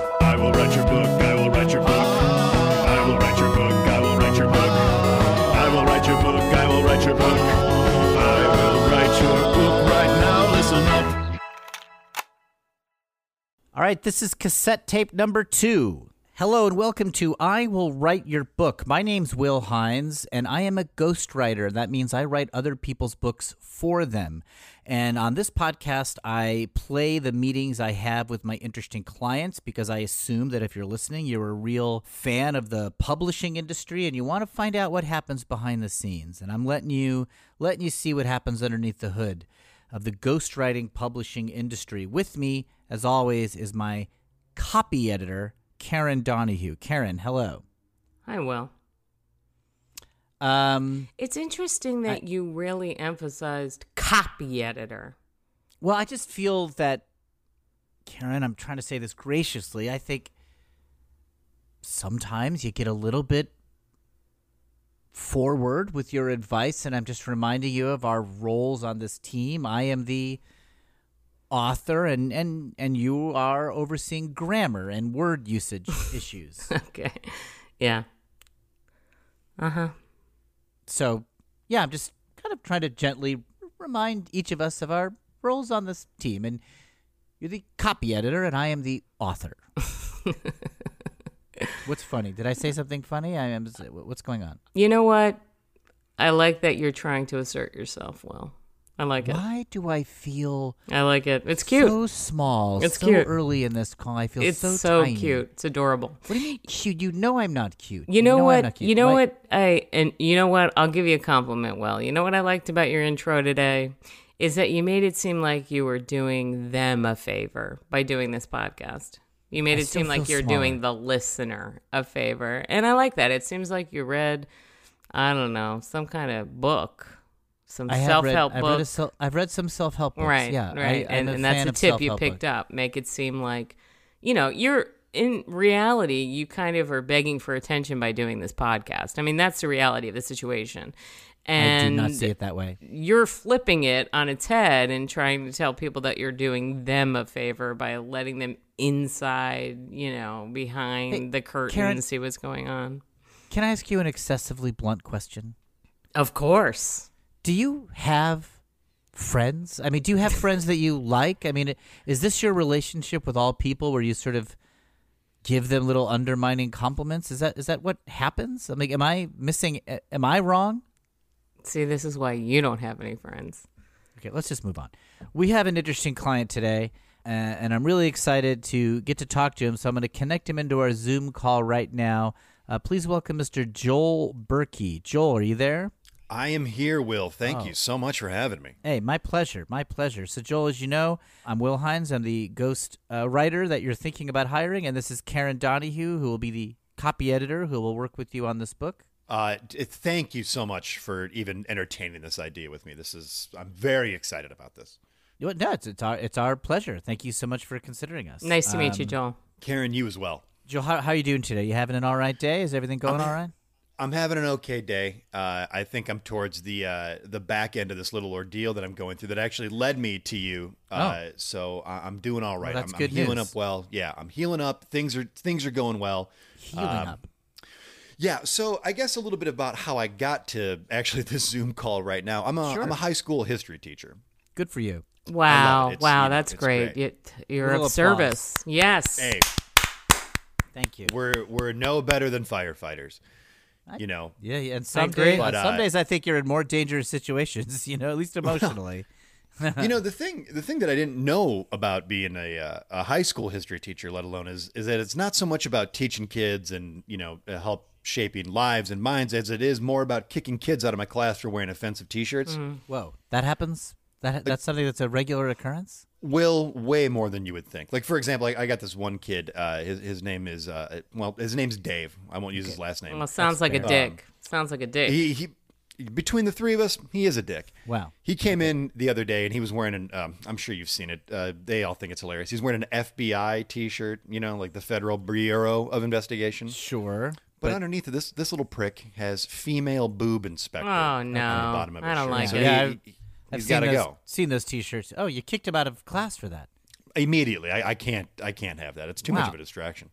write your book. I will write your book. I will write your book. I will write your book. I will write your book. I will write your book. I will write your book right now. Listen up. All right, this is cassette tape number two. Hello and welcome to I Will Write Your Book. My name's Will Hines, and I am a ghostwriter. That means I write other people's books for them. And on this podcast, I play the meetings I have with my interesting clients because I assume that if you're listening, you're a real fan of the publishing industry and you want to find out what happens behind the scenes. And I'm letting you letting you see what happens underneath the hood of the ghostwriting publishing industry. With me, as always, is my copy editor, Karen Donahue. Karen, hello. Hi, Will. Um, It's interesting that you really emphasized copy editor. well, I just feel that, Karen, I'm trying to say this graciously. I think sometimes you get a little bit forward with your advice, and I'm just reminding you of our roles on this team. I am the author and and and you are overseeing grammar and word usage issues Okay. Yeah. Uh huh. so yeah i'm just kind of trying to gently remind each of us of our roles on this team and you're the copy editor and i am the author what's funny did i say something funny i am what's going on You know what? I like that you're trying to assert yourself, Will. I like it. why do i feel I like it. It's cute. so small It's so cute. early in this call i feel it's so, so, tiny. cute. It's adorable. what do you mean cute you know i'm not cute You know, I'm not what? cute. You know My- what? I and you know what? I'll give you a compliment. Well, you know what I liked about your intro today is that you made it seem like you were doing them a favor by doing this podcast. You made I it still seem like feel you're doing the listener a favor, and I like that. It seems like you read, I don't know, some kind of book, some I have self read, help I've read, a book, sel- I've read some self-help books. right? yeah, I- right, I'm and, a fan and that's a of tip you self-help picked books. up. Make it seem like, you know, you're in reality, you kind of are begging for attention by doing this podcast. I mean, that's the reality of the situation. I do And not see it that way. you're flipping it on its head and trying to tell people that you're doing them a favor by letting them inside, you know, behind Hey, the curtain Karen- and see what's going on. Can I ask you an excessively blunt question? Of course. Do you have friends? I mean, do you have friends that you like? I mean, is this your relationship with all people where you sort of give them little undermining compliments? Is that is that what happens? I mean, am I missing am I wrong? See, this is why you don't have any friends. Okay, let's just move on. We have an interesting client today, uh, and I'm really excited to get to talk to him. So I'm going to connect him into our Zoom call right now. Uh, please welcome Mr. Joel Berkey. Joel, are you there? I am here, Will. Thank Oh. you so much for having me. Hey, my pleasure, my pleasure. So, Joel, as you know, I'm Will Hines. I'm the ghost uh, writer that you're thinking about hiring, and this is Karen Donahue, who will be the copy editor who will work with you on this book. Uh, d- thank you so much for even entertaining this idea with me. This is I'm very excited about this. You know what? No, it's, it's our it's our pleasure. Thank you so much for considering us. Nice to meet you, Um, Joel. Karen, you as well. Joel. How, how are you doing today? You having an all right day? Is everything going all right? I'm having an okay day. Uh, I think I'm towards the uh, the back end of this little ordeal that I'm going through that actually led me to you. Uh, So I- I'm doing all right. Oh. that's I'm, good I'm healing news. up well. Yeah, I'm healing up. Things are things are going well. Healing Um, up. Yeah, so I guess a little bit about how I got to actually this Zoom call right now. I'm a am a high school history teacher. Good for you. Wow. It's, Wow, you know, that's it's great. great. You, are Little applause. of service. Yes. Hey, Thank you. we're we're no better than firefighters. You know, Yeah, yeah, and some agree. days, But, some uh, days I think you're in more dangerous situations. You know, at least emotionally. you know the thing the thing that I didn't know about being a uh, a high school history teacher, let alone is is that it's not so much about teaching kids and you know uh, help shaping lives and minds as it is more about kicking kids out of my class for wearing offensive T-shirts. Whoa, that happens. That that's something that's a regular occurrence. Will way more than you would think. Like for example, I, I got this one kid. Uh, his his name is uh, well, his name's Dave. I won't use his last name. Well, sounds like a dick. sounds like a dick. He, he between the three of us, he is a dick. Wow. He came in the other day and he was wearing an. Um, I'm sure you've seen it. Uh, they all think it's hilarious. He's wearing an FBI T-shirt, you know, like the Federal Bureau of Investigation. Sure. But, underneath it, this this little prick has female boob inspector. Oh, on the no. bottom of his I don't shirt. like so it. He, Yeah, has I've- I've got to seen those- go Seen those T-shirts? Oh, you kicked him out of class for that. immediately. I, I can't. I can't have that. It's too Wow. much of a distraction.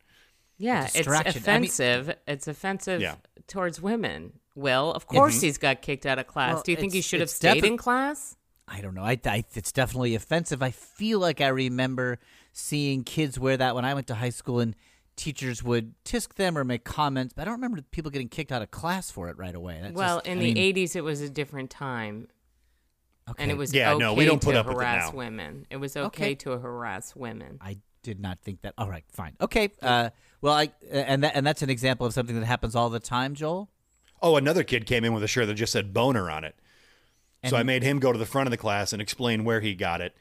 Yeah, it's distraction. I mean- offensive. it's offensive Yeah. Mm-hmm. towards women. Well, of course he's got kicked out of class. Well, Do you think he it's- should have it's stayed defi- in class? I don't know. I, I it's definitely offensive. I feel like I remember seeing kids wear that when I went to high school, and teachers would tisk them or make comments. But I don't remember people getting kicked out of class for it right away. That's well, just- in I the mean, '80s, it was a different time, okay, and it was Yeah, okay no, we don't put to up with it harass now. women. It was okay, Okay. to harass women. I did not think that. All right, fine. Okay. Uh, well, I and that and that's an example of something that happens all the time, Joel. Oh, another kid came in with a shirt that just said boner on it. so I made him go to the front of the class and explain where he got it.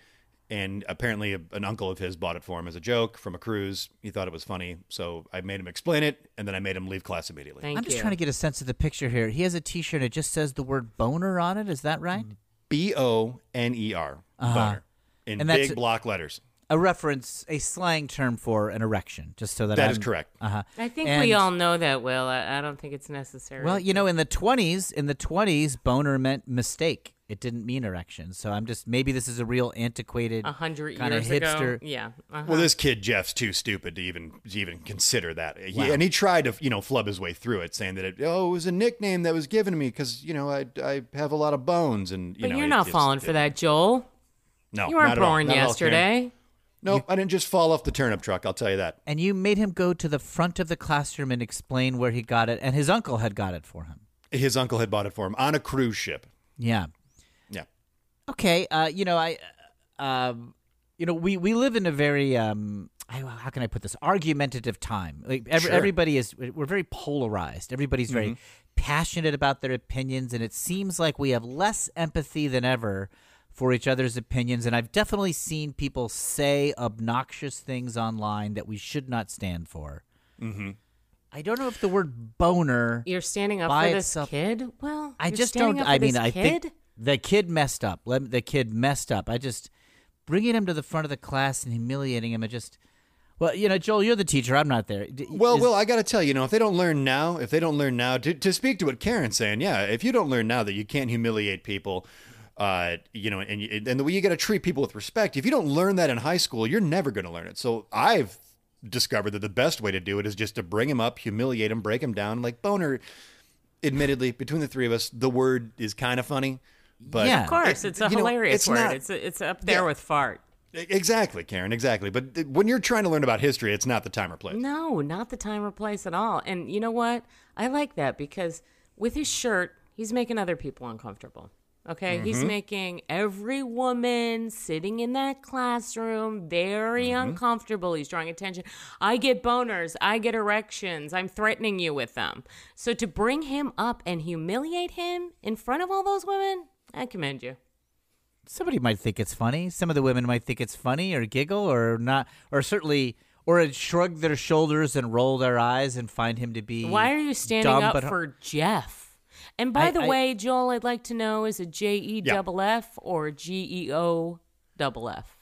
And apparently, a, an uncle of his bought it for him as a joke from a cruise. He thought it was funny. So I made him explain it, and then I made him leave class immediately. Thank I'm just you. trying to get a sense of the picture here. He has a T-shirt. and It just says the word "boner" on it. Is that right? B O N E R. Uh-huh. Boner. In And that's- big block letters. A reference, a slang term for an erection. Just so that That I'm, Uh-huh. is correct. I think And- we all know that. Will I, I don't think it's necessary. Well, you know, in the twenties, in the twenties, boner meant mistake. It didn't mean erection. So I'm just maybe this is a real antiquated, a hundred kinda years hipster. ago. Yeah. uh-huh. Well, this kid Jeff's too stupid to even to even consider that. He- and he tried to, you know, flub his way through it, saying that it, oh, it was a nickname that was given to me because you know I, I have a lot of bones, and you but know, you're it not just- falling for it- that, Joel. No, You weren't not at all. born Not at all, Karen. yesterday. Nope, I didn't just fall off the turnip truck. I'll tell you that. And you made him go to the front of the classroom and explain where he got it, and his uncle had got it for him. His uncle had bought it for him on a cruise ship. Yeah. Yeah, Okay. Uh, you know, I, um, you know, we we live in a very um, I- how can I put this argumentative time. Like every, Sure. everybody is we're very polarized. Everybody's very passionate about their opinions, and it seems like we have less empathy than ever for each other's opinions. And I've definitely seen people say obnoxious things online that we should not stand for. Mm-hmm. I don't know if the word boner. You're standing up By for this itself- kid. Well, I you're just standing don't. up for I mean, this I kid? think the kid messed up. Let, the kid messed up. I just bringing him to the front of the class and humiliating him. I just, well, you know, Joel, you're the teacher. I'm not there. D- Well, is- Will, I got to tell you, you know, if they don't learn now, if they don't learn now, to, to speak to what Karen's saying, yeah, if you don't learn now that you can't humiliate people, uh, you know, and you- and the way you got to treat people with respect, if you don't learn that in high school, you're never going to learn it. So I've discovered that the best way to do it is just to bring him up, humiliate him, break him down. Like Boner, admittedly, between the three of us, the word is kind of funny, but Yeah. Of course, it's a you know, hilarious it's word. not- it's it's up there Yeah. with fart. exactly, Karen, exactly. But th- when you're trying to learn about history, it's not the time or place. No, not the time or place at all. And you know what? I like that because with his shirt, he's making other people uncomfortable. Okay, he's making every woman sitting in that classroom very uncomfortable. He's drawing attention. I get boners, I get erections, I'm threatening you with them. So to bring him up and humiliate him in front of all those women, I commend you. somebody might think it's funny. Some of the women might think it's funny or giggle or not, or certainly, or shrug their shoulders and roll their eyes and find him to be. Why are you standing dumb, up but- for Jeff? And by I- the I- way, Joel, I'd like to know is it J E double F or G E O double F?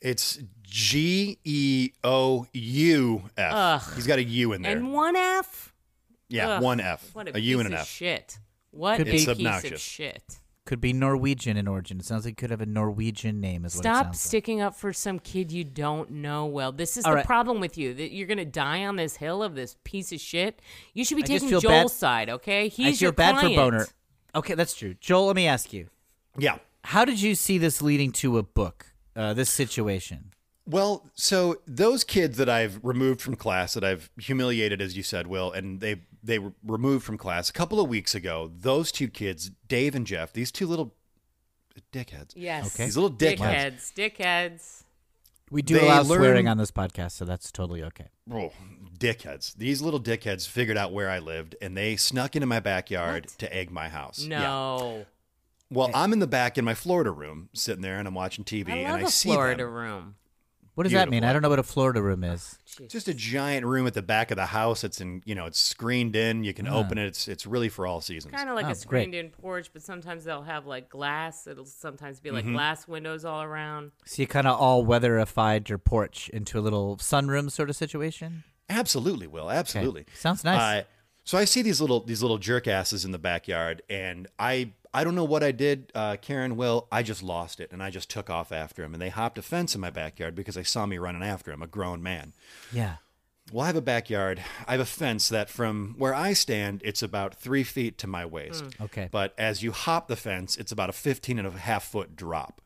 It's G E O U F. He's got a U in there. And one F? yeah, Ugh, one F. What a, A U piece and of an F. shit. What Could be- a piece It's of obnoxious. shit. Could be Norwegian in origin. It sounds like he could have a Norwegian name. Is what it Stop sounds sticking up for some kid you don't know well. This is All the right. problem with you that you're going to die on this hill of this piece of shit. You should be I just taking feel Joel's bad- side, okay? He's Like. I feel your bad client. for boner. Okay, that's true. Joel, let me ask you. Yeah. How did you see this leading to a book? Uh, this situation. Well, so those kids that I've removed from class, that I've humiliated, as you said, Will, and they they were removed from class a couple of weeks ago. Those two kids, Dave and Jeff, these two little dickheads. Yes. Okay. These little dickheads. Dickheads. Dickheads. We do They allow swearing learn- on this podcast, so that's totally okay. oh, dickheads. These little dickheads figured out where I lived, and they snuck into my backyard to egg my house. Yeah. No. Well, I'm in the back in my Florida room, sitting there, and I'm watching TV, I and love I a see Florida them. room. What does that mean? Beautiful. I don't know what a Florida room is. just a giant room at the back of the house. It's in, you know, it's screened in. You can open Uh-huh. it. It's it's really for all seasons. Kind of like Oh, a great. screened-in porch, but sometimes they'll have like glass. It'll sometimes be Mm-hmm. like glass windows all around. So you kind of all weatherified your porch into a little sunroom sort of situation. Absolutely, Will. Absolutely. Sounds nice. Uh, so I see these little these little jerk asses in the backyard, and I I don't know what I did, uh, Karen. Will I just lost it, and I just took off after him, and they hopped a fence in my backyard because they saw me running after him, a grown man. Yeah. Well, I have a backyard. I have a fence that from where I stand, it's about three feet to my Hmm. waist. Okay. But as you hop the fence, it's about a 15 and a half foot drop.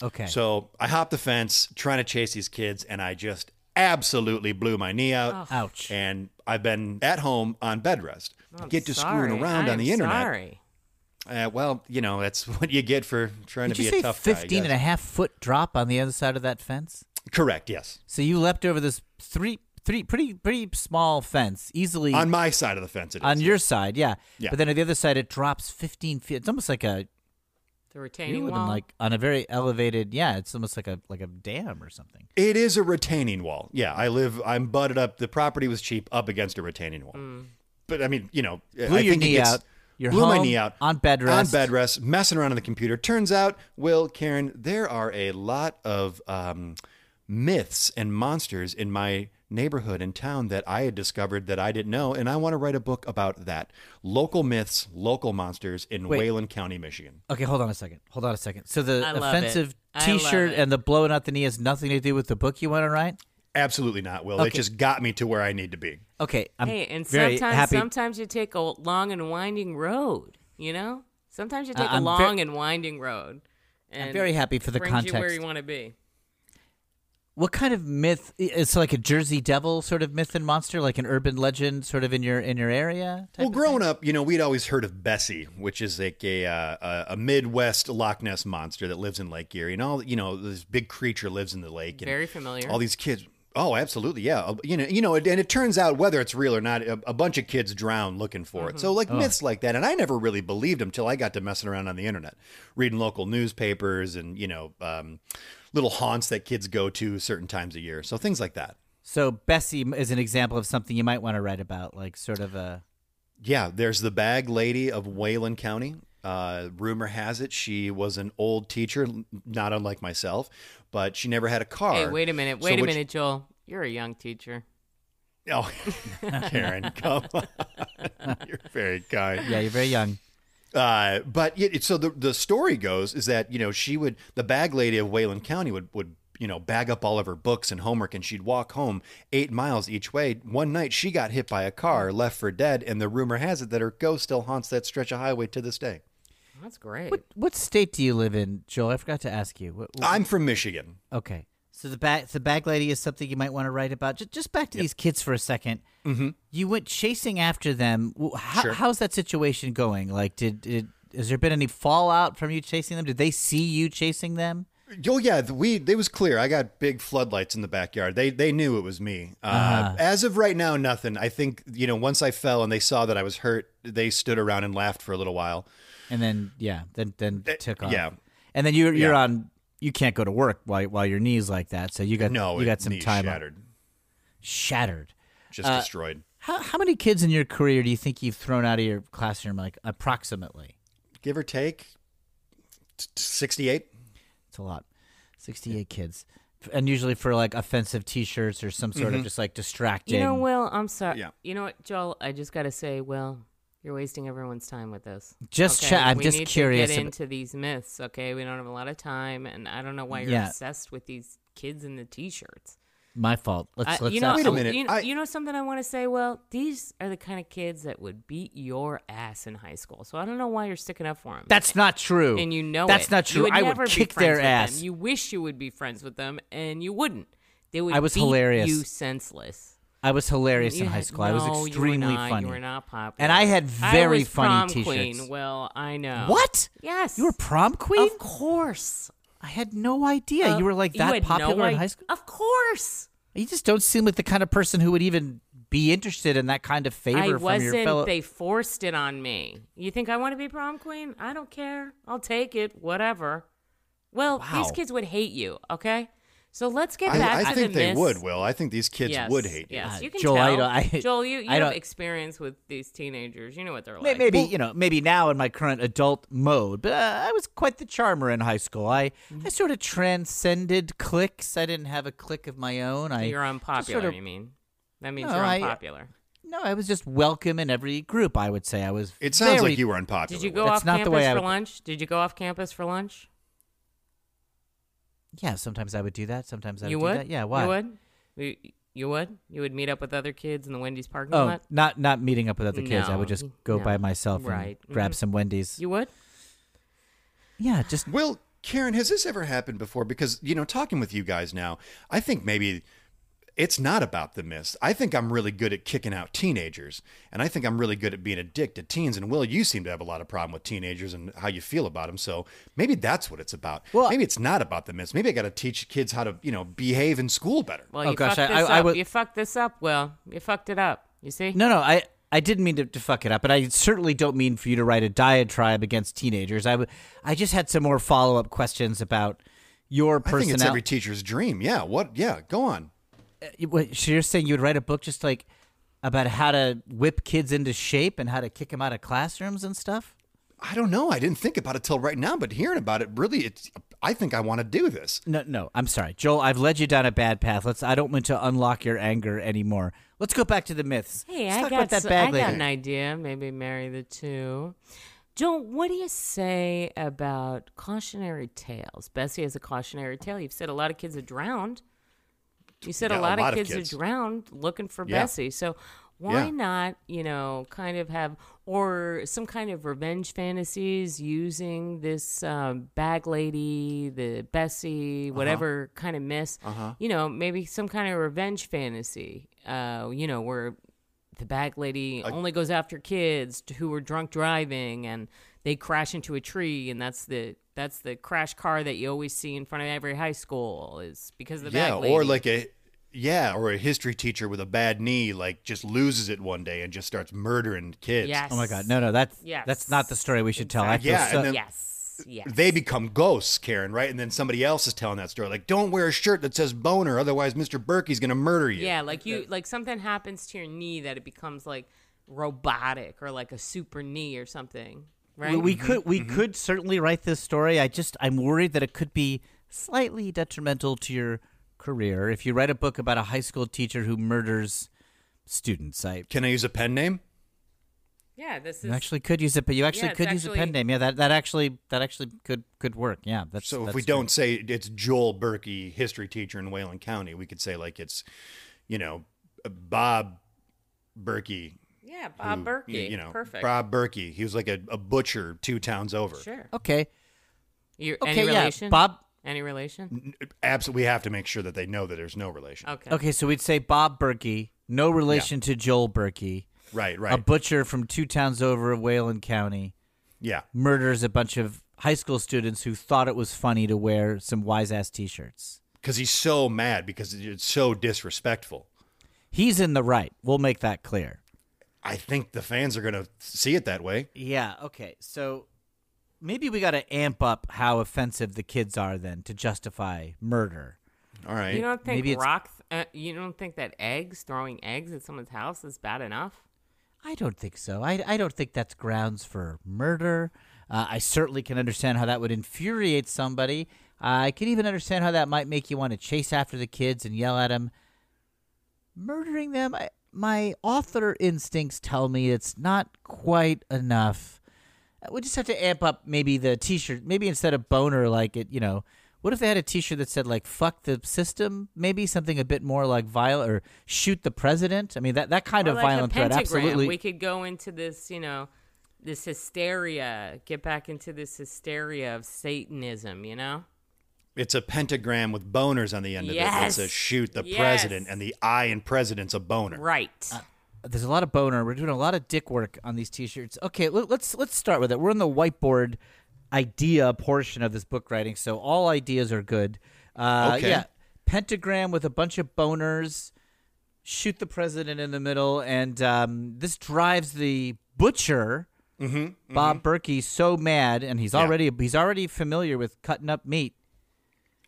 Okay. So I hopped the fence trying to chase these kids, and I just absolutely blew my knee out. Ouch. And I've been at home on bed rest. I'm get to sorry. screwing around I on the am internet. Sorry. Uh, well, you know, that's what you get for trying Did to be you say a tough 15 guy. and a yes. half foot drop on the other side of that fence? Correct, yes. So you leapt over this three, three, pretty, pretty small fence easily On my side of the fence, it is. on your side, yeah. Yeah. But then on the other side, it drops 15 feet. It's almost like a The you retaining live in wall. like on a very elevated. Yeah, it's almost like a like a dam or something. It is a retaining wall. Yeah, I live. I'm butted up. The property was cheap, up against a retaining wall. But I mean, you know, Blew I your think it knee gets- out. You're blew my home, knee out on bed rest. On bed rest, messing around on the computer. Turns out, Will, Karen, there are a lot of um, myths and monsters in my neighborhood and town that I had discovered that I didn't know, and I want to write a book about that. Local myths, local monsters in Wait. Wayland County, Michigan. Okay, hold on a second. Hold on a second. So the I love it. offensive I love T-shirt it. and the blowing out the knee has nothing to do with the book you want to write. Absolutely not, Will. It Okay. just got me to where I need to be. Okay, I'm Hey, and very sometimes happy. sometimes you take a long and winding road. You know, sometimes you I- take a I'm ver- long and winding road. And I'm very happy for the brings you where context. you want to be. What kind of myth? It's like a Jersey Devil sort of myth and monster, like an urban legend, sort of in your in your area. Type Oh. Well, growing up, you know, we'd always heard of Bessie, which is like a uh, a- a Midwest Loch Ness monster that lives in Lake Erie, and all you know, this big creature lives in the lake. And Very familiar. All these kids. Oh, absolutely, yeah. You know, you know, and it turns out whether it's real or not, a, a bunch of kids drown looking for it. So like myths like that, and I never really believed them till I got to messing around on the internet, reading local newspapers, and you know, um, little haunts that kids go to certain times a year. So things like that. So Bessie m- is an example of something you might want to write about, like sort of a. Yeah, there's the bag lady of Wayland County. Uh, rumor has it she was an old teacher, not unlike myself, but she never had a car. Hey, wait a minute. So Wait a which- minute, Joel. You're a young teacher. Oh, Karen, come on. You're very kind. Yeah, you're very young. Uh, but it, it- so the the story goes is that you know she would the bag lady of Wayland County would would you know bag up all of her books and homework and she'd walk home eight miles each way. One night she got hit by a car, left for dead, and the rumor has it that her ghost still haunts that stretch of highway to this day. That's great. What what state do you live in, Joel? I forgot to ask you. What, what- I'm from Michigan. okay, so the bag the bag lady is something you might want to write about. Just just back to these kids for a 2nd Mm-hmm. You went chasing after them. W- How, Sure. How's that situation going? Like, did, did has there been any fallout from you chasing them? Did they see you chasing them? Oh yeah, the, we it was clear. I got big floodlights in the backyard. They they knew it was me. Uh, Uh-huh. As of right now, nothing. I think you know once I fell and they saw that I was hurt, they stood around and laughed for a little while. And then yeah, then then took off. Eh, yeah. and then you're you're Yeah. on. You can't go to work while while your knees like that. So you got No, you got it- some knees time Uh, off. shattered, shattered. just destroyed. How how many kids in your career do you think you've thrown out of your classroom? Like approximately, Give or take, sixty eight. it's a lot. Sixty eight kids, F- and usually for like offensive T-shirts or some sort of just like distracting. You know, Will, I'm sorry. Yeah. You know what, Joel? I just got to say, Will, you're wasting everyone's time with this. Just okay? chat- I'm we just need curious To ab- get into these myths, okay? We don't have a lot of time, and I don't know why you're Yeah. obsessed with these kids in the t-shirts. My fault. Let's I- let's you know, ask- Wait a minute, You, I- you know something I want to say? Well, these are the kind of kids that would beat your ass in high school. So I don't know why you're sticking up for them. That's not true. and you know that's it. not You true. I never would be kick friends their with ass. Them. You wish you would be friends with them, and you wouldn't. They would. I was beat hilarious. You senseless. I was hilarious in You high had- school. I was no, you were extremely not. funny. You were not popular. And I had very I was funny prom t-shirts. Queen. Well, I know. What? Yes. You were prom queen? Of course. I had no idea Uh, you were like you that had no popular in idea- high school. Of course. You just don't seem like the kind of person who would even be interested in that kind of favor I from your wasn't. fellow. They forced it on me. You think I want to be prom queen? I don't care. I'll take it. Whatever. Well, Wow. these kids would hate you. Okay. So let's get back I, to I think the they myths. would. Will I think these kids yes, would hate you? Yes, Uh, you can Joel, I tell. don't- I- Joel, you, you I have don't- experience with these teenagers. You know what they're May- like. Maybe you know, maybe now in my current adult mode, but uh, I was quite the charmer in high school. I, Mm-hmm. I sort of transcended cliques. I didn't have a clique of my own. I you're just unpopular. sort of- you mean that means No, you're I- unpopular? no, I was just welcome in every group. I would say I was. It sounds very- like you were unpopular. Did you Will. go That's off not the campus way I for would- lunch? Did you go off campus for lunch? Yeah, sometimes I would do that. Sometimes I you would, would. do that. Yeah, why? You would. You- You would? You would meet up with other kids in the Wendy's parking Oh, lot? not not meeting up with other kids. I would No, just go no. by myself Right. Mm-hmm. and grab some Wendy's. You would? yeah, just Well, Karen, has this ever happened before? Because, you know, talking with you guys now, I think maybe it's not about the mist. I think I'm really good at kicking out teenagers. And I think I'm really good at being a dick to teens. And Will, you seem to have a lot of problem with teenagers and how you feel about them. So maybe that's what it's about. Well- maybe it's not about the mist. Maybe I got to teach kids how to, you know, behave in school better. Well, Oh, you gosh, fucked I- this I- I up. would- You fucked this up, Will. You fucked it up. You see? no, no. I I didn't mean to, to fuck it up, and I certainly don't mean for you to write a diatribe against teenagers. I would. I just had some more follow up questions about your I think it's every personality. teacher's dream. Yeah. What? Yeah. Go on. Eh, so you're saying you would write a book just like about how to whip kids into shape and how to kick them out of classrooms and stuff. I don't know. I didn't think about it till right now, but hearing about it really, it's, I think I want to do this. No, no. I'm sorry, Joel. I've led you down a bad path. Let's. I don't want to unlock your anger anymore. Let's go back to the myths. Hey, Let's I talk got, about that so- bag I lady. got an idea. Maybe marry the two. Joel, what do you say about cautionary tales? Bessie has a cautionary tale. You've said a lot of kids are drowned. You said Yeah, a, lot of kids, kids. are drowned looking for Yeah. Bessie. So why Yeah. not, you know, kind of have or some kind of revenge fantasies using this um, bag lady, the Bessie, Uh-huh. whatever kind of miss. You know, maybe some kind of revenge fantasy. Uh, you know, where the bag lady only goes after kids t- who were drunk driving and they crash into a tree and that's the that's the crash car that you always see in front of every high school is because of the yeah bag lady. or like a yeah or a history teacher with a bad knee like just loses it one day and just starts murdering kids yes. Oh my God! No, no. That's Yes. that's not the story we should tell. I feel Yeah, so- and then yes yes they become ghosts karen right and then somebody else is telling that story like don't wear a shirt that says boner otherwise mr berkey's gonna murder you yeah like you like something happens to your knee that it becomes like robotic or like a super knee or something right We Mm-hmm. could we could certainly write this story. I just I'm worried that it could be slightly detrimental to your career if you write a book about a high school teacher who murders students. I can i use a pen name yeah this you is actually could use it, but you actually Yeah, it's could use a pen actually- name. Yeah, that, that actually that actually could could work. Yeah, that's so if that's we good. don't say it's joel berkey history teacher in wayland county we could say like it's you know uh, bob berkey yeah bob who, Berkey Hmm. you know perfect bob berkey he was like a, a butcher two towns over sure okay you okay any yeah relation Bob any relation absolutely we have to make sure that they know that there's no relation okay okay so we'd say Bob Berkey, no relation to Joel Berkey, right right a butcher from two towns over of Wayland County. yeah murders a bunch of high school students who thought it was funny to wear some wise ass t shirts. because he's so mad because it's so disrespectful He's in the right. We'll make that clear. i think the fans are gonna see it that way Yeah, okay. So maybe we got to amp up how offensive the kids are then to justify murder. all right You don't think Maybe it's- rock? Th- uh, you don't think that eggs throwing eggs at someone's house is bad enough? I don't think so. I, I don't think that's grounds for murder. Uh, I certainly can understand how that would infuriate somebody. I can even understand how that might make you want to chase after the kids and yell at them. Murdering them, I, my author instincts tell me it's not quite enough. Uh, We just have to amp up maybe the t shirt. Maybe instead of boner, like it, you know, what if they had a t shirt that said, like, fuck the system? Maybe something a bit more like violent or shoot the president? I mean, that, that kind Or of like violent a threat pentagram. absolutely. We could go into this, you know, this hysteria. Get back into this hysteria of Satanism. You know, it's a pentagram with boners on the end of it that Yes. says shoot the Yes. president and the i in president's a boner right? Uh, there's a lot of boner. We're doing a lot of dick work on these t-shirts. Okay, let, let's let's start with it. We're in the whiteboard idea portion of this book writing, so all ideas are good. Uh, Okay. Yeah, pentagram with a bunch of boners. Shoot the president in the middle, and um, this drives the butcher Bob Berkey so mad, and he's already he's already familiar with cutting up meat.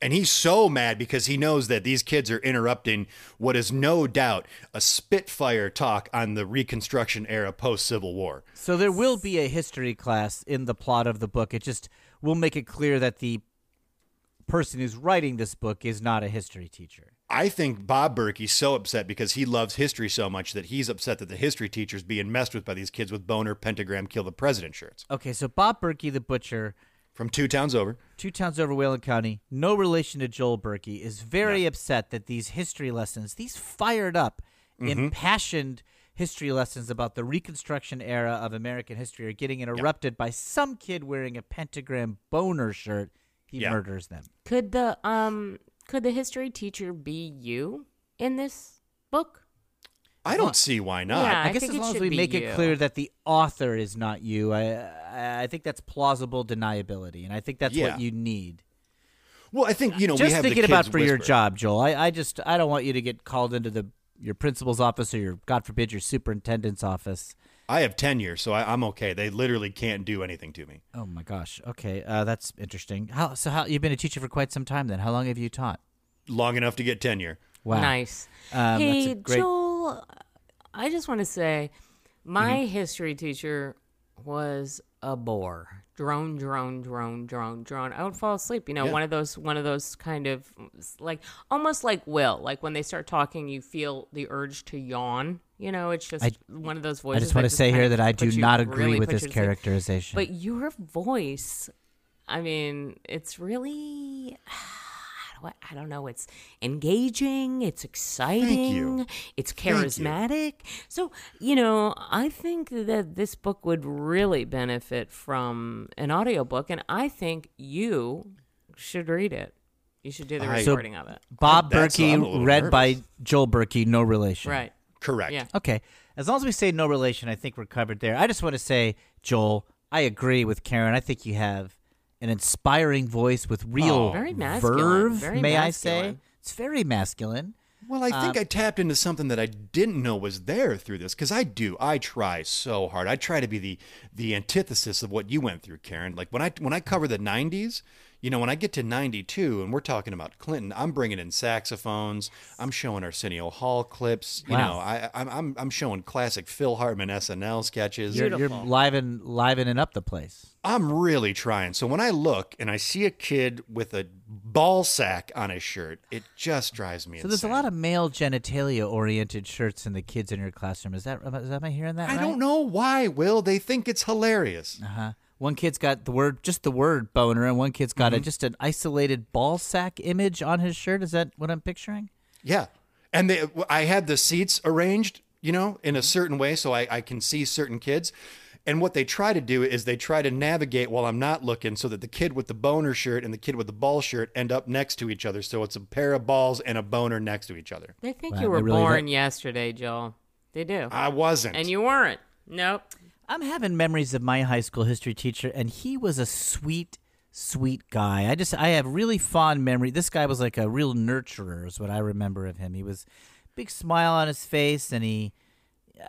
and he's so mad because he knows that these kids are interrupting what is no doubt a spitfire talk on the reconstruction era post civil war So there will be a history class in the plot of the book. It just will make it clear that the person who's writing this book is not a history teacher. I think Bob Berkey's so upset because he loves history so much that he's upset that the history teacher's being messed with by these kids with boner pentagram kill the president shirts. Okay, so Bob Berkey the butcher from two towns over. two towns over Wayland County, no relation to Joel Berkey, is very upset that these history lessons, these fired up, Mm-hmm. impassioned history lessons about the Reconstruction era of American history, are getting interrupted by some kid wearing a pentagram boner shirt. He Yeah. murders them. Could the um could the history teacher be you in this book? I don't see why not. Yeah. I, I guess think as it long as should we be make it you. clear that the author is not you, I- I I think that's plausible deniability, and I think that's Yeah. what you need. Well, I think you know we just have thinking the about kids for your whisper. job, Joel. I, I just I don't want you to get called into the your principal's office or your God forbid your superintendent's office. I have tenure, so I, I'm okay. They literally can't do anything to me. Oh my gosh. Okay, uh, that's interesting. How so? How you've been a teacher for quite some time then? How long have you taught? Long enough to get tenure. Wow. Nice. Um, hey, that's a great- Joel, I just want to say my Mm-hmm. history teacher was a bore. Drone, drone, drone, drone, drone. I would fall asleep. You know, Yeah. one of those, one of those kind of like almost like will. Like when they start talking, you feel the urge to yawn. You know, it's just I- one of those I voices. just want to say kind here of that I put do you- not agree really with put you this to sleep. characterization. But your voice, I mean, it's really. how do I- I don't know. It's engaging. It's exciting. It's charismatic. So, you know, I think that this book would really benefit from an audiobook, and I think you should read it. You should do the I- recording of it. Bob That's- I'm a Berkey, little read nervous. by Joel Berkey, no relation. Right. Correct. Yeah. Okay. As long as we say no relation, I think we're covered there. I just want to say, Joel, I agree with Karen. I think you have an inspiring voice with real Oh. Very masculine. verve, Very may I say. masculine. It's very masculine. Well, I Um, think I tapped into something that I didn't know was there through this because I do. I try so hard. I try to be the the antithesis of what you went through, Karen. Like when I when I cover the '90s, you know, when I get to '92 and we're talking about Clinton, I'm bringing in saxophones. I'm showing Arsenio Hall clips. You Wow. know, I, I'm I'm I'm showing classic Phil Hartman SNL sketches. You're, you're liven, livening up the place. I'm really trying. So when I look and I see a kid with a ball sack on his shirt, it just drives me So insane. there's a lot of male genitalia oriented shirts in the kids in your classroom. Is that am I- is am I hearing that I right? don't know why, Will. They think it's hilarious. Uh-huh. One kid's got the word just the word boner and one kid's got a, just an isolated ball sack image on his shirt. Is that what I'm picturing? Yeah. And they, I had the seats arranged, you know, Mm-hmm. in a certain way so I, I can see certain kids. And what they try to do is they try to navigate while I'm not looking so that the kid with the boner shirt and the kid with the ball shirt end up next to each other. So it's a pair of balls and a boner next to each other. They think Wow, you were they really- born yesterday, Joel. They do. I wasn't. and you weren't. Nope. I'm having memories of my high school history teacher, and he was a sweet, sweet guy. I just I have really fond memory. This guy was like a real nurturer, is what I remember of him. He was big smile on his face, and he.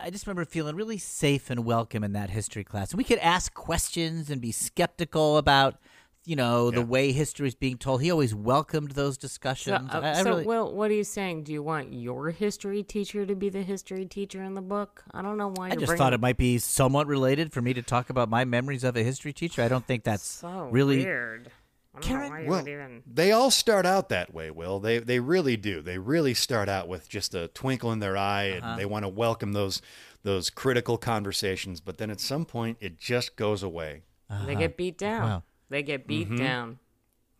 I just remember feeling really safe and welcome in that history class. And we could ask questions and be skeptical about, you know, the way history is being told. He always welcomed those So, discussions. uh, I, I so, really, Will, what are you saying? Do you want your history teacher to be the history teacher in the book? I don't know why. I you're just bringing- thought it might be somewhat related for me to talk about my memories of a history teacher. I don't think that's so really weird. I don't Karen- know why you Well, would even. they all start out that way, Will. They they really do. They really start out with just a twinkle in their eye, and Uh-huh. they want to welcome those those critical conversations. But then at some point, it just goes away. uh-huh. They get beat down. Wow. They get beat down.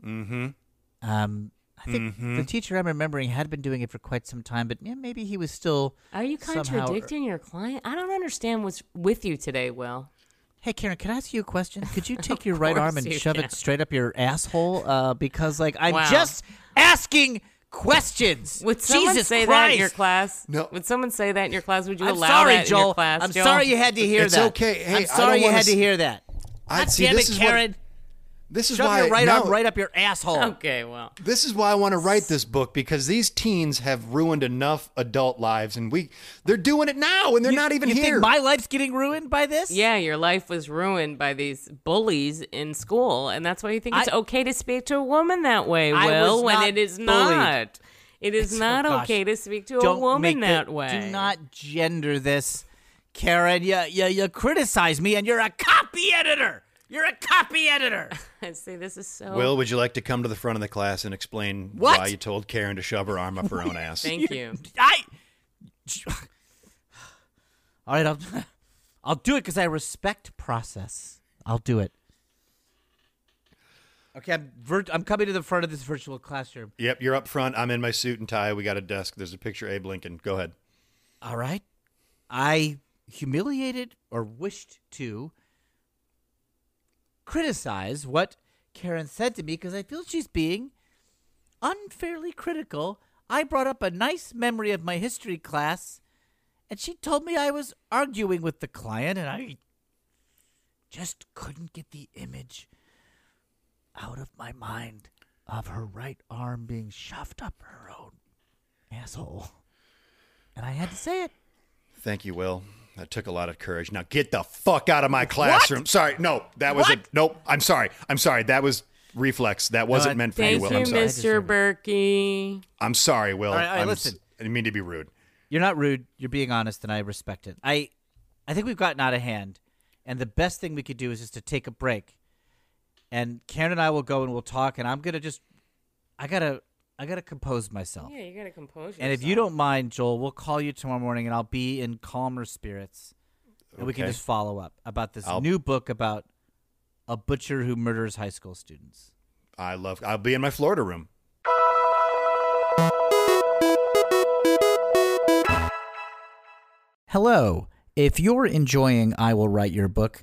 Um, I think the teacher I'm remembering had been doing it for quite some time, but yeah, maybe he was still. Are you somehow- contradicting your client? I don't understand what's with you today, Will. Hey, Karen, can I ask you a question? Could you take your right arm course and you shove can. it straight up your asshole? Uh, because like I'm Wow. just asking questions. Would someone Jesus say Christ! that in your class? No. Would someone say that in your class? Would you I'm allow sorry, that Joel. in your class? I'm Joel? sorry you had to hear It's that. okay. Hey, I I'm don't sorry you wanna had to s- hear that. I- God see, damn this it, is what- Karen! This is Shove why your right no, arm right up your asshole. Okay, well, This is why I want to write this book because these teens have ruined enough adult lives, and we they're doing it now, and they're not even you here. think my life's getting ruined by this? yeah, your life was ruined by these bullies in school, and that's why you think it's I- okay to speak to a woman that way, I Will, was when not it is bullied. not. It is It's- oh, not gosh. okay to speak to don't a woman make the- that way. Do not gender this, Karen. You, you, you criticize me, and you're a copy editor. You're a copy editor. I say this is so. Will, would you like to come to the front of the class and explain What? why you told Karen to shove her arm up her own ass? Thank you. I. All right, I'll, I'll do it because I respect process. I'll do it. Okay, I'm vir- I'm coming to the front of this virtual classroom. Yep, you're up front. I'm in my suit and tie. We got a desk. There's a picture of Abe Lincoln. Go ahead. All right. I humiliated or wished to criticize what Karen said to me because I feel she's being unfairly critical. I brought up a nice memory of my history class, and she told me I was arguing with the client, and I just couldn't get the image out of my mind of her right arm being shoved up her own asshole. And I had to say it. Thank you, Will. That took a lot of courage. Now get the fuck out of my classroom. Sorry, no, that was a nope. I'm sorry. I'm sorry. That was reflex. That wasn't I- meant for you, Thank Will. you, I'm sorry. Mr. Berkey. I'm sorry, Will. All right, all right, I'm listen. s- I didn't mean to be rude. You're not rude. You're being honest, and I respect it. I, I think we've gotten out of hand, and the best thing we could do is just to take a break, and Karen and I will go and we'll talk, and I'm gonna just, I gotta, I gotta compose myself. Yeah, you gotta compose yourself. And if you don't mind, Joel, we'll call you tomorrow morning, and I'll be in calmer spirits, and we can Okay. just follow up about this I'll- new book about a butcher who murders high school students. I love. I'll be in my Florida room. Hello. If you're enjoying I Will Write Your Book,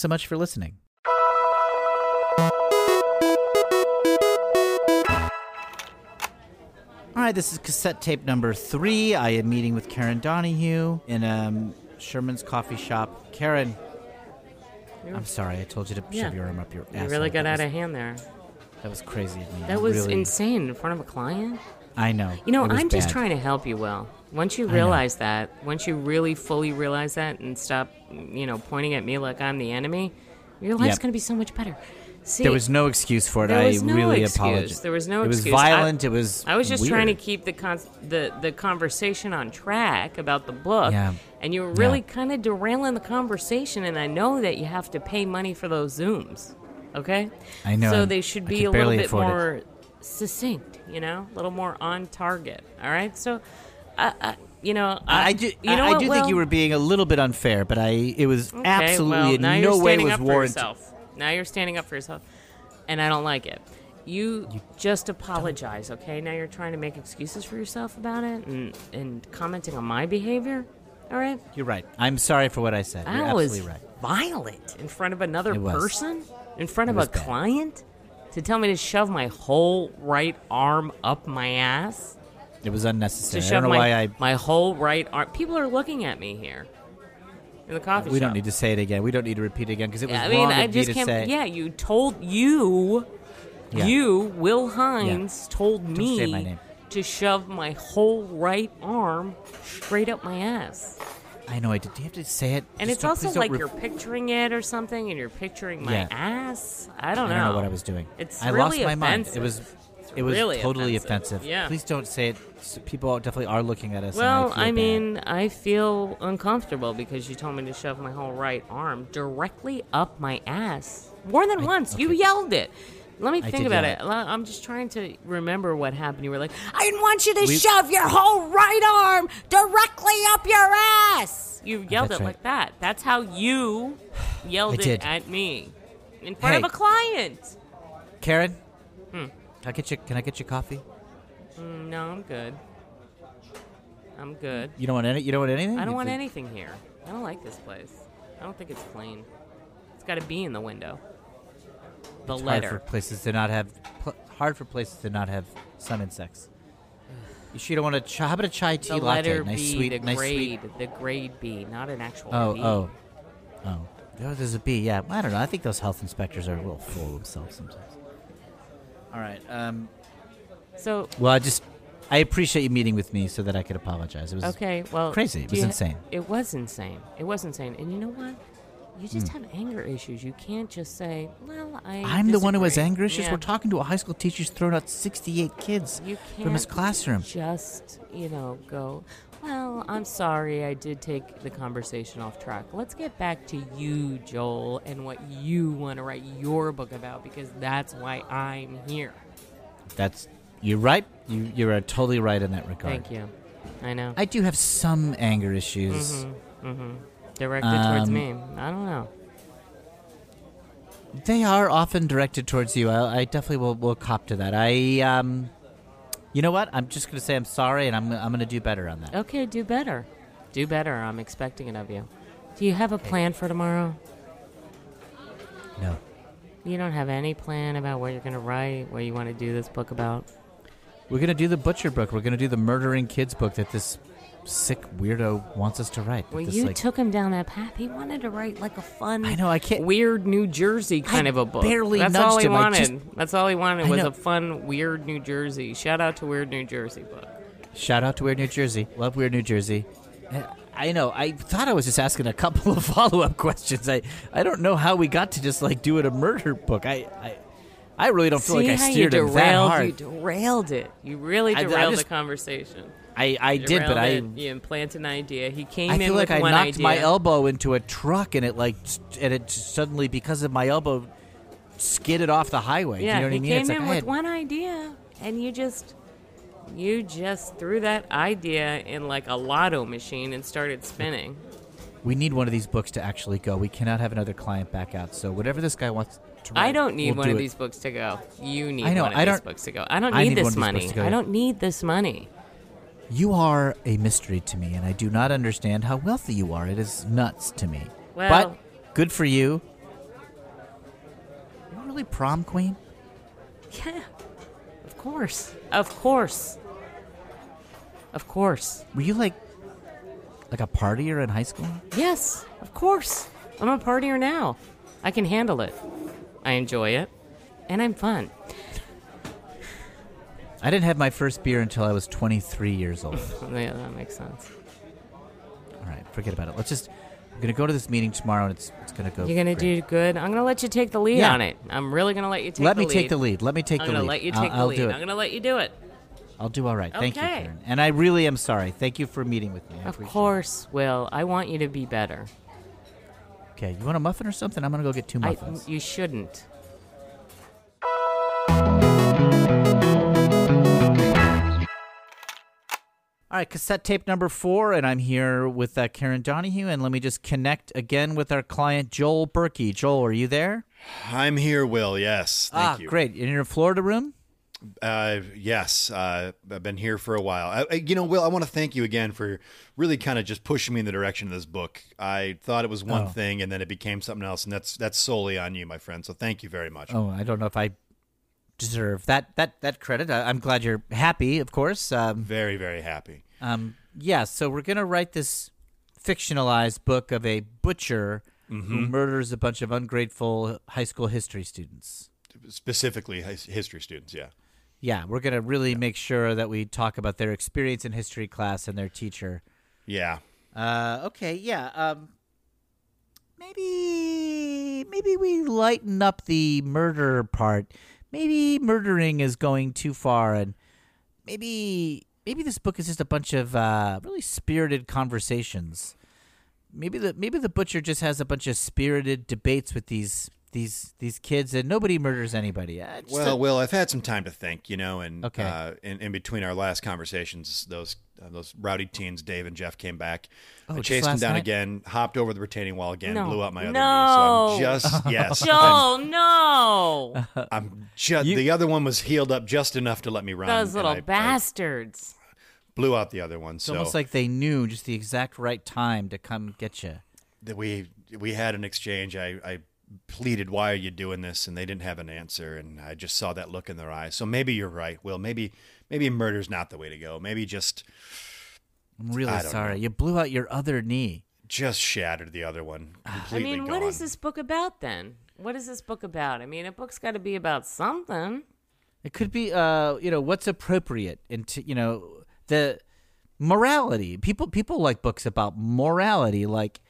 so much for listening. All right, this is cassette tape number three. I am meeting with Karen Donahue in um, Sherman's coffee shop. Karen, I'm sorry, I told you to Yeah. shove your arm up your ass. You really got out of hand there. That was crazy of me. I That was really- insane in front of a client. I know. You know, It was I'm just bad. trying to help you, Will. Once you realize that, once you really fully realize that and stop, you know, pointing at me like I'm the enemy, your life's Yep. going to be so much better. See, There was no excuse for it. There I was no really excuse. apologize. There was no It was excuse. violent. I- it was. I was just weird. trying to keep the, con- the the conversation on track about the book, Yeah. and you were really Yeah. kind of derailing the conversation. And I know that you have to pay money for those zooms, okay? I know, So and they should I be could a little barely bit afford it. more succinct, you know, a little more on target. All right, so, I, I, you know, I I do. You know I, I what, do Will? think you were being a little bit unfair, but I. It was Okay, well, absolutely in now no you're way standing was up warranted. For yourself. Now you're standing up for yourself, and I don't like it. You, just apologize, okay? Now you're trying to make excuses for yourself about it and, and commenting on my behavior. All right, You're right. I'm sorry for what I said. You're I was absolutely right. violent in front of another It was. person, in front of a was bad. client, to tell me to shove my whole right arm up my ass. It was To unnecessary. I shove don't know my, why I. my whole right arm. People are looking at me here in the coffee We shop. don't need to say it again. We don't need to repeat it again because it was I wrong mean, of I me just to can't. say. Yeah, you told you, Yeah. you Will Hines told me say my name. to shove my whole right arm straight up my ass, I know. I did. Do you have to say it? and Just it's don't- also please don't like re- you're picturing it or something, and you're picturing my Yeah. ass. I don't I know. don't know what I was doing. It's I really lost my mind. It offensive. was. It's It was really totally offensive. offensive. Yeah. Please don't say it. S- People definitely are looking at us. and Well, I, feel I bad. mean, I feel uncomfortable because you told me to shove my whole right arm directly up my ass more than once. You okay. yelled it. Let me I think did about yell it. L- I'm just trying to remember what happened. You were like, I didn't want you to We- shove your whole right arm directly up your ass. You yelled it That's right. like that. That's how you I yelled it did. at me in front of Hey. a client. Karen, hmm. can I get you? Can I get you coffee? Mm, No, I'm good. I'm good. You don't want any? You don't want anything? I don't You want think- anything here. I don't like this place. I don't think it's clean. It's got to be in the window. The It's hard for letter. places to not have. Pl- hard for places to not have some insects. You sure don't want a chai? How about a chai tea The latte? letter nice B, sweet, the nice sweet. grade, the grade B, not an actual Oh, B. oh, oh. There- There's a bee. Yeah, I don't know. I think those health inspectors are a little full of themselves sometimes. All right. Um, So well, I just I appreciate you meeting with me so that I could apologize. It was okay, well, crazy. It do was you- insane. It was insane. It was insane. And you know what? You just have anger issues. You can't just say, "Well, I." Hmm. I'm the one who has disagree." anger issues. Yeah. We're talking to a high school teacher who's thrown out 68 kids You can't from his classroom. Just you know, go. Well, I'm sorry, I did take the conversation off track. Let's get back to you, Joel, and what you want to write your book about because that's why I'm here. That's you're right. You you're uh, totally right in that regard. Thank you. I know. I do have some anger issues. Mm-hmm. Directed towards Um, me. I don't know. They are often directed towards you. I, I definitely will, will cop to that. I um, you know what? I'm just gonna say I'm sorry, and I'm I'm gonna do better on that. Okay, do better. Do better. I'm expecting it of you. Do you have a plan for tomorrow? Oh. No, You don't have any plan about what you're going to write, what you want to do this book about? we're gonna do the butcher book. We're gonna do the murdering kids book that this sick weirdo wants us to write. Well, This, you like- took him down that path. He wanted to write like a fun, I know, I can't- weird New Jersey kind I of a book. barely That's all nudged he him. I wanted. just- That's all he wanted I was know. a fun, weird New Jersey. Shout out to Weird New Jersey book. Shout out to Weird New Jersey. Love Weird New Jersey. I- I know. I thought I was just asking a couple of follow up questions. I, I don't know how we got to just like doing a murder book. I I, I really don't feel See like I how steered you him that derailed? hard. You derailed it. You really I- I derailed the just- conversation. I, I You did, but I derailed it. you implant an idea. He came I in feel like with I one knocked idea. my elbow into a truck and it like st- and it suddenly because of my elbow skidded off the highway. Do Yeah, you know what he I mean? came it's like in I with had- one idea, and you just you just threw that idea in like a lotto machine and started spinning. We need one of these books to actually go. We cannot have another client back out. So whatever this guy wants to write, I don't need we'll one do of it. these books to go. You need I know, one of I these don't- books to go. I don't need, I need one of this these books money. to go, I yeah. don't need this money. You are a mystery to me, and I do not understand how wealthy you are. It is nuts to me. Well- but good for you. You're really prom queen. Yeah. Of course. Of course. Of course. Were you like, like a partier in high school? Yes, of course. I'm a partier now. I can handle it. I enjoy it. And I'm fun. I didn't have my first beer until I was 23 years old. Yeah, that makes sense. All right, forget about it. Let's just. I'm gonna go to this meeting tomorrow, and it's it's gonna go. You're gonna great. do good. I'm gonna let you take the lead Yeah. on it. I'm really gonna let you take Let the me lead. take the lead. Let me take I'm the gonna lead. let you I'll- take I'll the lead. do it. I'm gonna let you do it. I'll do all right. Thank you, Okay. Karen. And I really am sorry. Thank you for meeting with me. I Of appreciate it. course, Will. I want you to be better. Okay, you want a muffin or something? I'm gonna go get two I, muffins. you shouldn't. All right, cassette tape number four, and I'm here with uh, Karen Donahue, and let me just connect again with our client Joel Berkey. Joel, are you there? I'm here, Will. Yes, thank ah, you. great. In your Florida room? Uh, yes, uh, I've been here for a while. I- I, you know, Will, I want to thank you again for really kind of just pushing me in the direction of this book. I thought it was one Oh. thing, and then it became something else, and that's that's solely on you, my friend. So thank you very much. Oh, I don't know if I deserve that that that credit. I, I'm glad you're happy, of course. Um, Very very happy. um, yeah. So we're gonna write this fictionalized book of a butcher Mm-hmm. who murders a bunch of ungrateful high school history students. Specifically, his- history students. Yeah. Yeah, we're gonna really make sure that we talk about their experience in history class and their teacher. Yeah. Uh, okay, yeah. Um, maybe maybe we lighten up the murder part. Maybe murdering is going too far, and maybe maybe this book is just a bunch of uh, really spirited conversations. Maybe the maybe the butcher just has a bunch of spirited debates with these these these kids, and nobody murders anybody. Uh, just Well, a- Will, I've had some time to think, you know, and Okay. uh, in, in between our last conversations, those uh, those rowdy teens, Dave and Jeff, came back. Oh, I just chased them last down night? again, hopped over the retaining wall again, No. blew out my other No. knee. So I'm just yes, I'm, Joel, no! I'm just the other one was healed up just enough to let me run. Those and little I- I bastards. blew out the other one. It's So almost like they knew just the exact right time to come get you. that we we had an exchange. I, I pleaded, "Why are you doing this?" And they didn't have an answer. And I just saw that look in their eyes. So maybe you're right, Will. Maybe maybe murder's not the way to go. Maybe just I'm really I don't sorry. know. You blew out your other knee. just shattered the other one. Completely I mean, what gone. is this book about then? What is this book about? I mean, a book's got to be about something. It could be, uh, you know, what's appropriate and to, you know the morality. People people like books about morality, like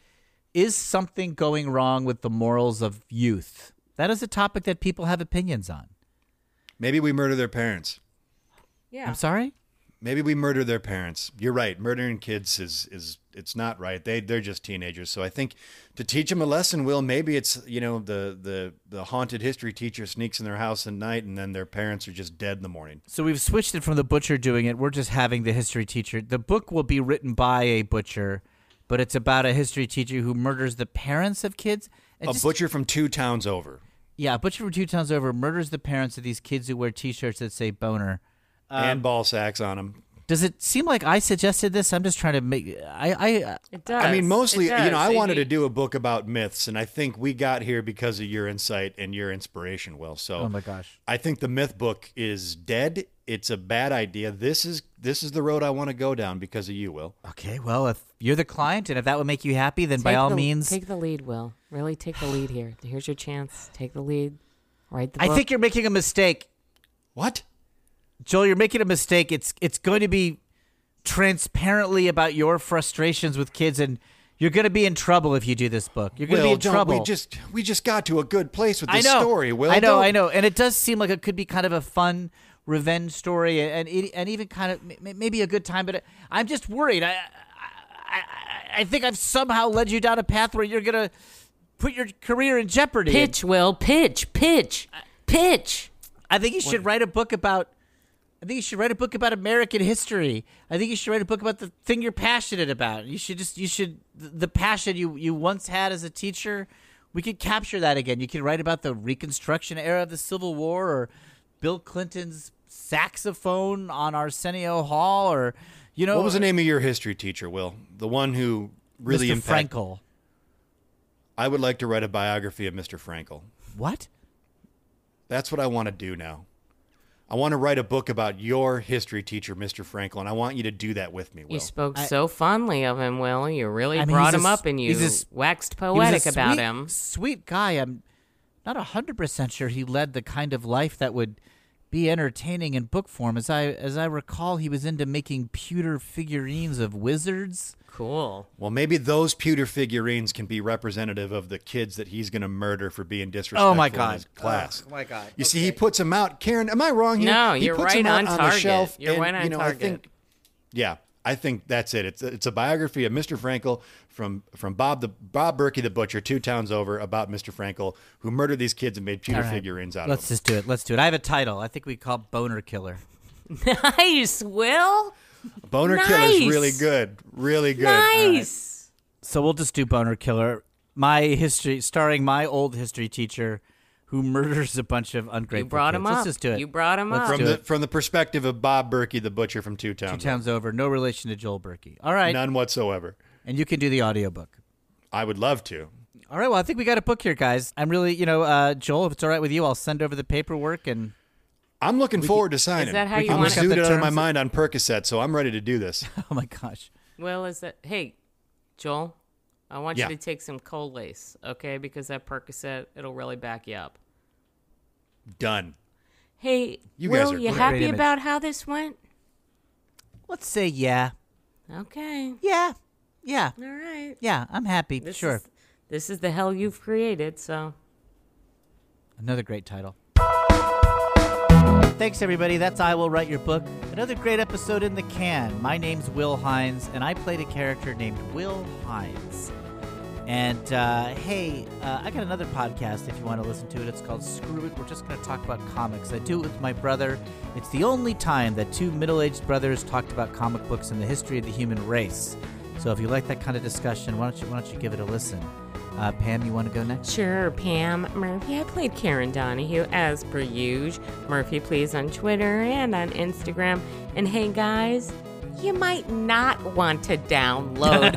Is something going wrong with the morals of youth? That is a topic that people have opinions on. Maybe we murder their parents. Yeah. I'm sorry? Maybe we murder their parents. You're right. Murdering kids is is it's not right. They they're just teenagers. So I think to teach them a lesson, will maybe it's you know the the the haunted history teacher sneaks in their house at night, and then their parents are just dead in the morning. So we've switched it from the butcher doing it. We're just having the history teacher. The book will be written by a butcher, but it's about a history teacher who murders the parents of kids. It A just- butcher from two towns over, Yeah, a butcher from two towns over murders the parents of these kids who wear T-shirts that say "boner." Uh, and ball sacks on them. Does it seem like I suggested this? I'm just trying to make. I, I It does. I mean, mostly, It does. you know, I It- wanted to do a book about myths, and I think we got here because of your insight and your inspiration, Will. So, Oh my gosh. I think the myth book is dead. It's a bad idea. This is this is the road I want to go down because of you, Will. Okay, well, if you're the client and if that would make you happy, then by Take all the- means. take the lead. Will really take the lead here. Here's your chance. Take the lead. Write the. I book. think you're making a mistake, What? Joel. You're making a mistake. It's it's going to be transparently about your frustrations with kids, and you're going to be in trouble if you do this book. You're going to Will, be in don't- trouble. we just we just got to a good place with I this know. story, Will. I know. Don't- I know. And it does seem like it could be kind of a fun revenge story, and and, and even kind of m- m- maybe a good time. But I'm just worried. I, I I- I think I've somehow led you down a path where you're going to put your career in jeopardy. And- pitch. Will pitch. Pitch. Pitch. I think you should write a book about. I think you should write a book about American history. I think you should write a book about the thing you're passionate about. You should just you should th- the passion you you once had as a teacher. We could capture that again. You could write about the Reconstruction era of the Civil War, or Bill Clinton's saxophone on Arsenio Hall, or you know What was the name of your history teacher, Will? The one who really Mr. impacted. Frankel. I would like to write a biography of Mr. Frankel. What? That's what I want to do now. I want to write a book about your history teacher, Mr. Frankel, and I want you to do that with me, Will. You spoke so fondly of him, Will. You really I mean, brought he's him a s- up and you he's a s- waxed He was a poetic about sweet- him. Sweet guy. I'm not hundred percent sure he led the kind of life that would be entertaining in book form. As I as I recall, he was into making pewter figurines of wizards. Cool. Well, maybe those pewter figurines can be representative of the kids that he's going to murder for being disrespectful Oh, my in God. his class. Oh, my God. You see, he puts them out. Karen, am I wrong here? No, He you're puts 'em right out on on the target. shelf, You're and, right on you know, target. I think, yeah, I think that's it. It's a, it's a biography of Mr. Frankel from from Bob the Bob Berkey the butcher, two towns over, about Mr. Frankel who murdered these kids and made pewter All right. figurines out Let's of them. just do it. Let's do it. I have a title. I think we call it Boner Killer. Nice, Will. Boner Killer's Nice. really good, really good. Nice. So we'll just do Boner Killer. My history, starring my old history teacher, who murders a bunch of ungrateful. You brought kids. him Let's up. just do it. You brought him Let's up. From do the it. from the perspective of Bob Berkey the butcher from two Two towns, towns over. No relation to Joel Berkey. All right, none whatsoever. and you can do the audiobook. I would love to. All right, well, I think we got a book here, guys. I'm really, you know, uh, Joel, if it's all right with you, I'll send over the paperwork and I'm looking forward to signing. that how We you can I'm want it? zooted look up out the of my terms. mind on Percocet, so I'm ready to do this. oh my gosh, Will is that? Hey, Joel, I want Yeah. you to take some cold lace, okay? Because that Percocet, it'll really back you up. Done. Hey, You guys Will, are you great. Great happy image. about how this went? let's say yeah, Okay. yeah, yeah, All right. yeah. I'm happy. This sure, Is, this is the hell you've created, so. another great title. Thanks, everybody. That's I Will Write Your Book. Another great episode in the can. My name's Will Hines, and I played a character named Will Hines. And uh, hey, uh, I got another podcast if you want to listen to it. It's called Screw It. We're just going to talk about comics. I do it with my brother. It's the only time that two middle aged brothers talked about comic books and the history of the human race. So if you like that kind of discussion, why don't you, why don't you give it a listen? Uh, Pam, you want to go next? Sure, Pam Murphy. I played Karen Donahue as per usual. Murphy, please, on Twitter and on Instagram. And hey, guys, you might not want to download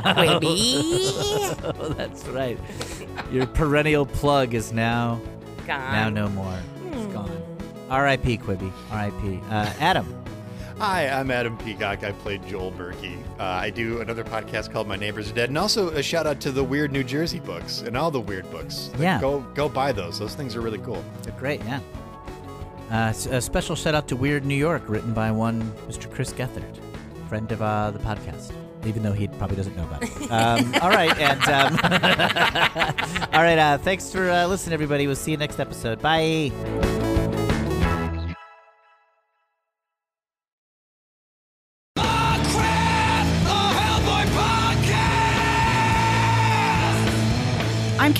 Quibi. Oh, that's right. Your perennial plug is now now Gone. no more. It's gone. R.I.P. Quibby. R.I.P. Uh, Adam. Hi, I'm Adam Peacock. I played Joel Berkey. Uh, I do another podcast called My Neighbors Are Dead, and also a shout out to the Weird New Jersey books and all the weird books. Like, Yeah. Go go buy those. Those things are really cool. They're great. Yeah. Uh, s- a special shout out to Weird New York, written by one Mr. Chris Gethard, friend of uh, the podcast. even though he probably doesn't know about it. Um, all right, and um, all right. Uh, thanks for uh, listening, everybody. We'll see you next episode. Bye. I'm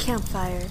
Campfire.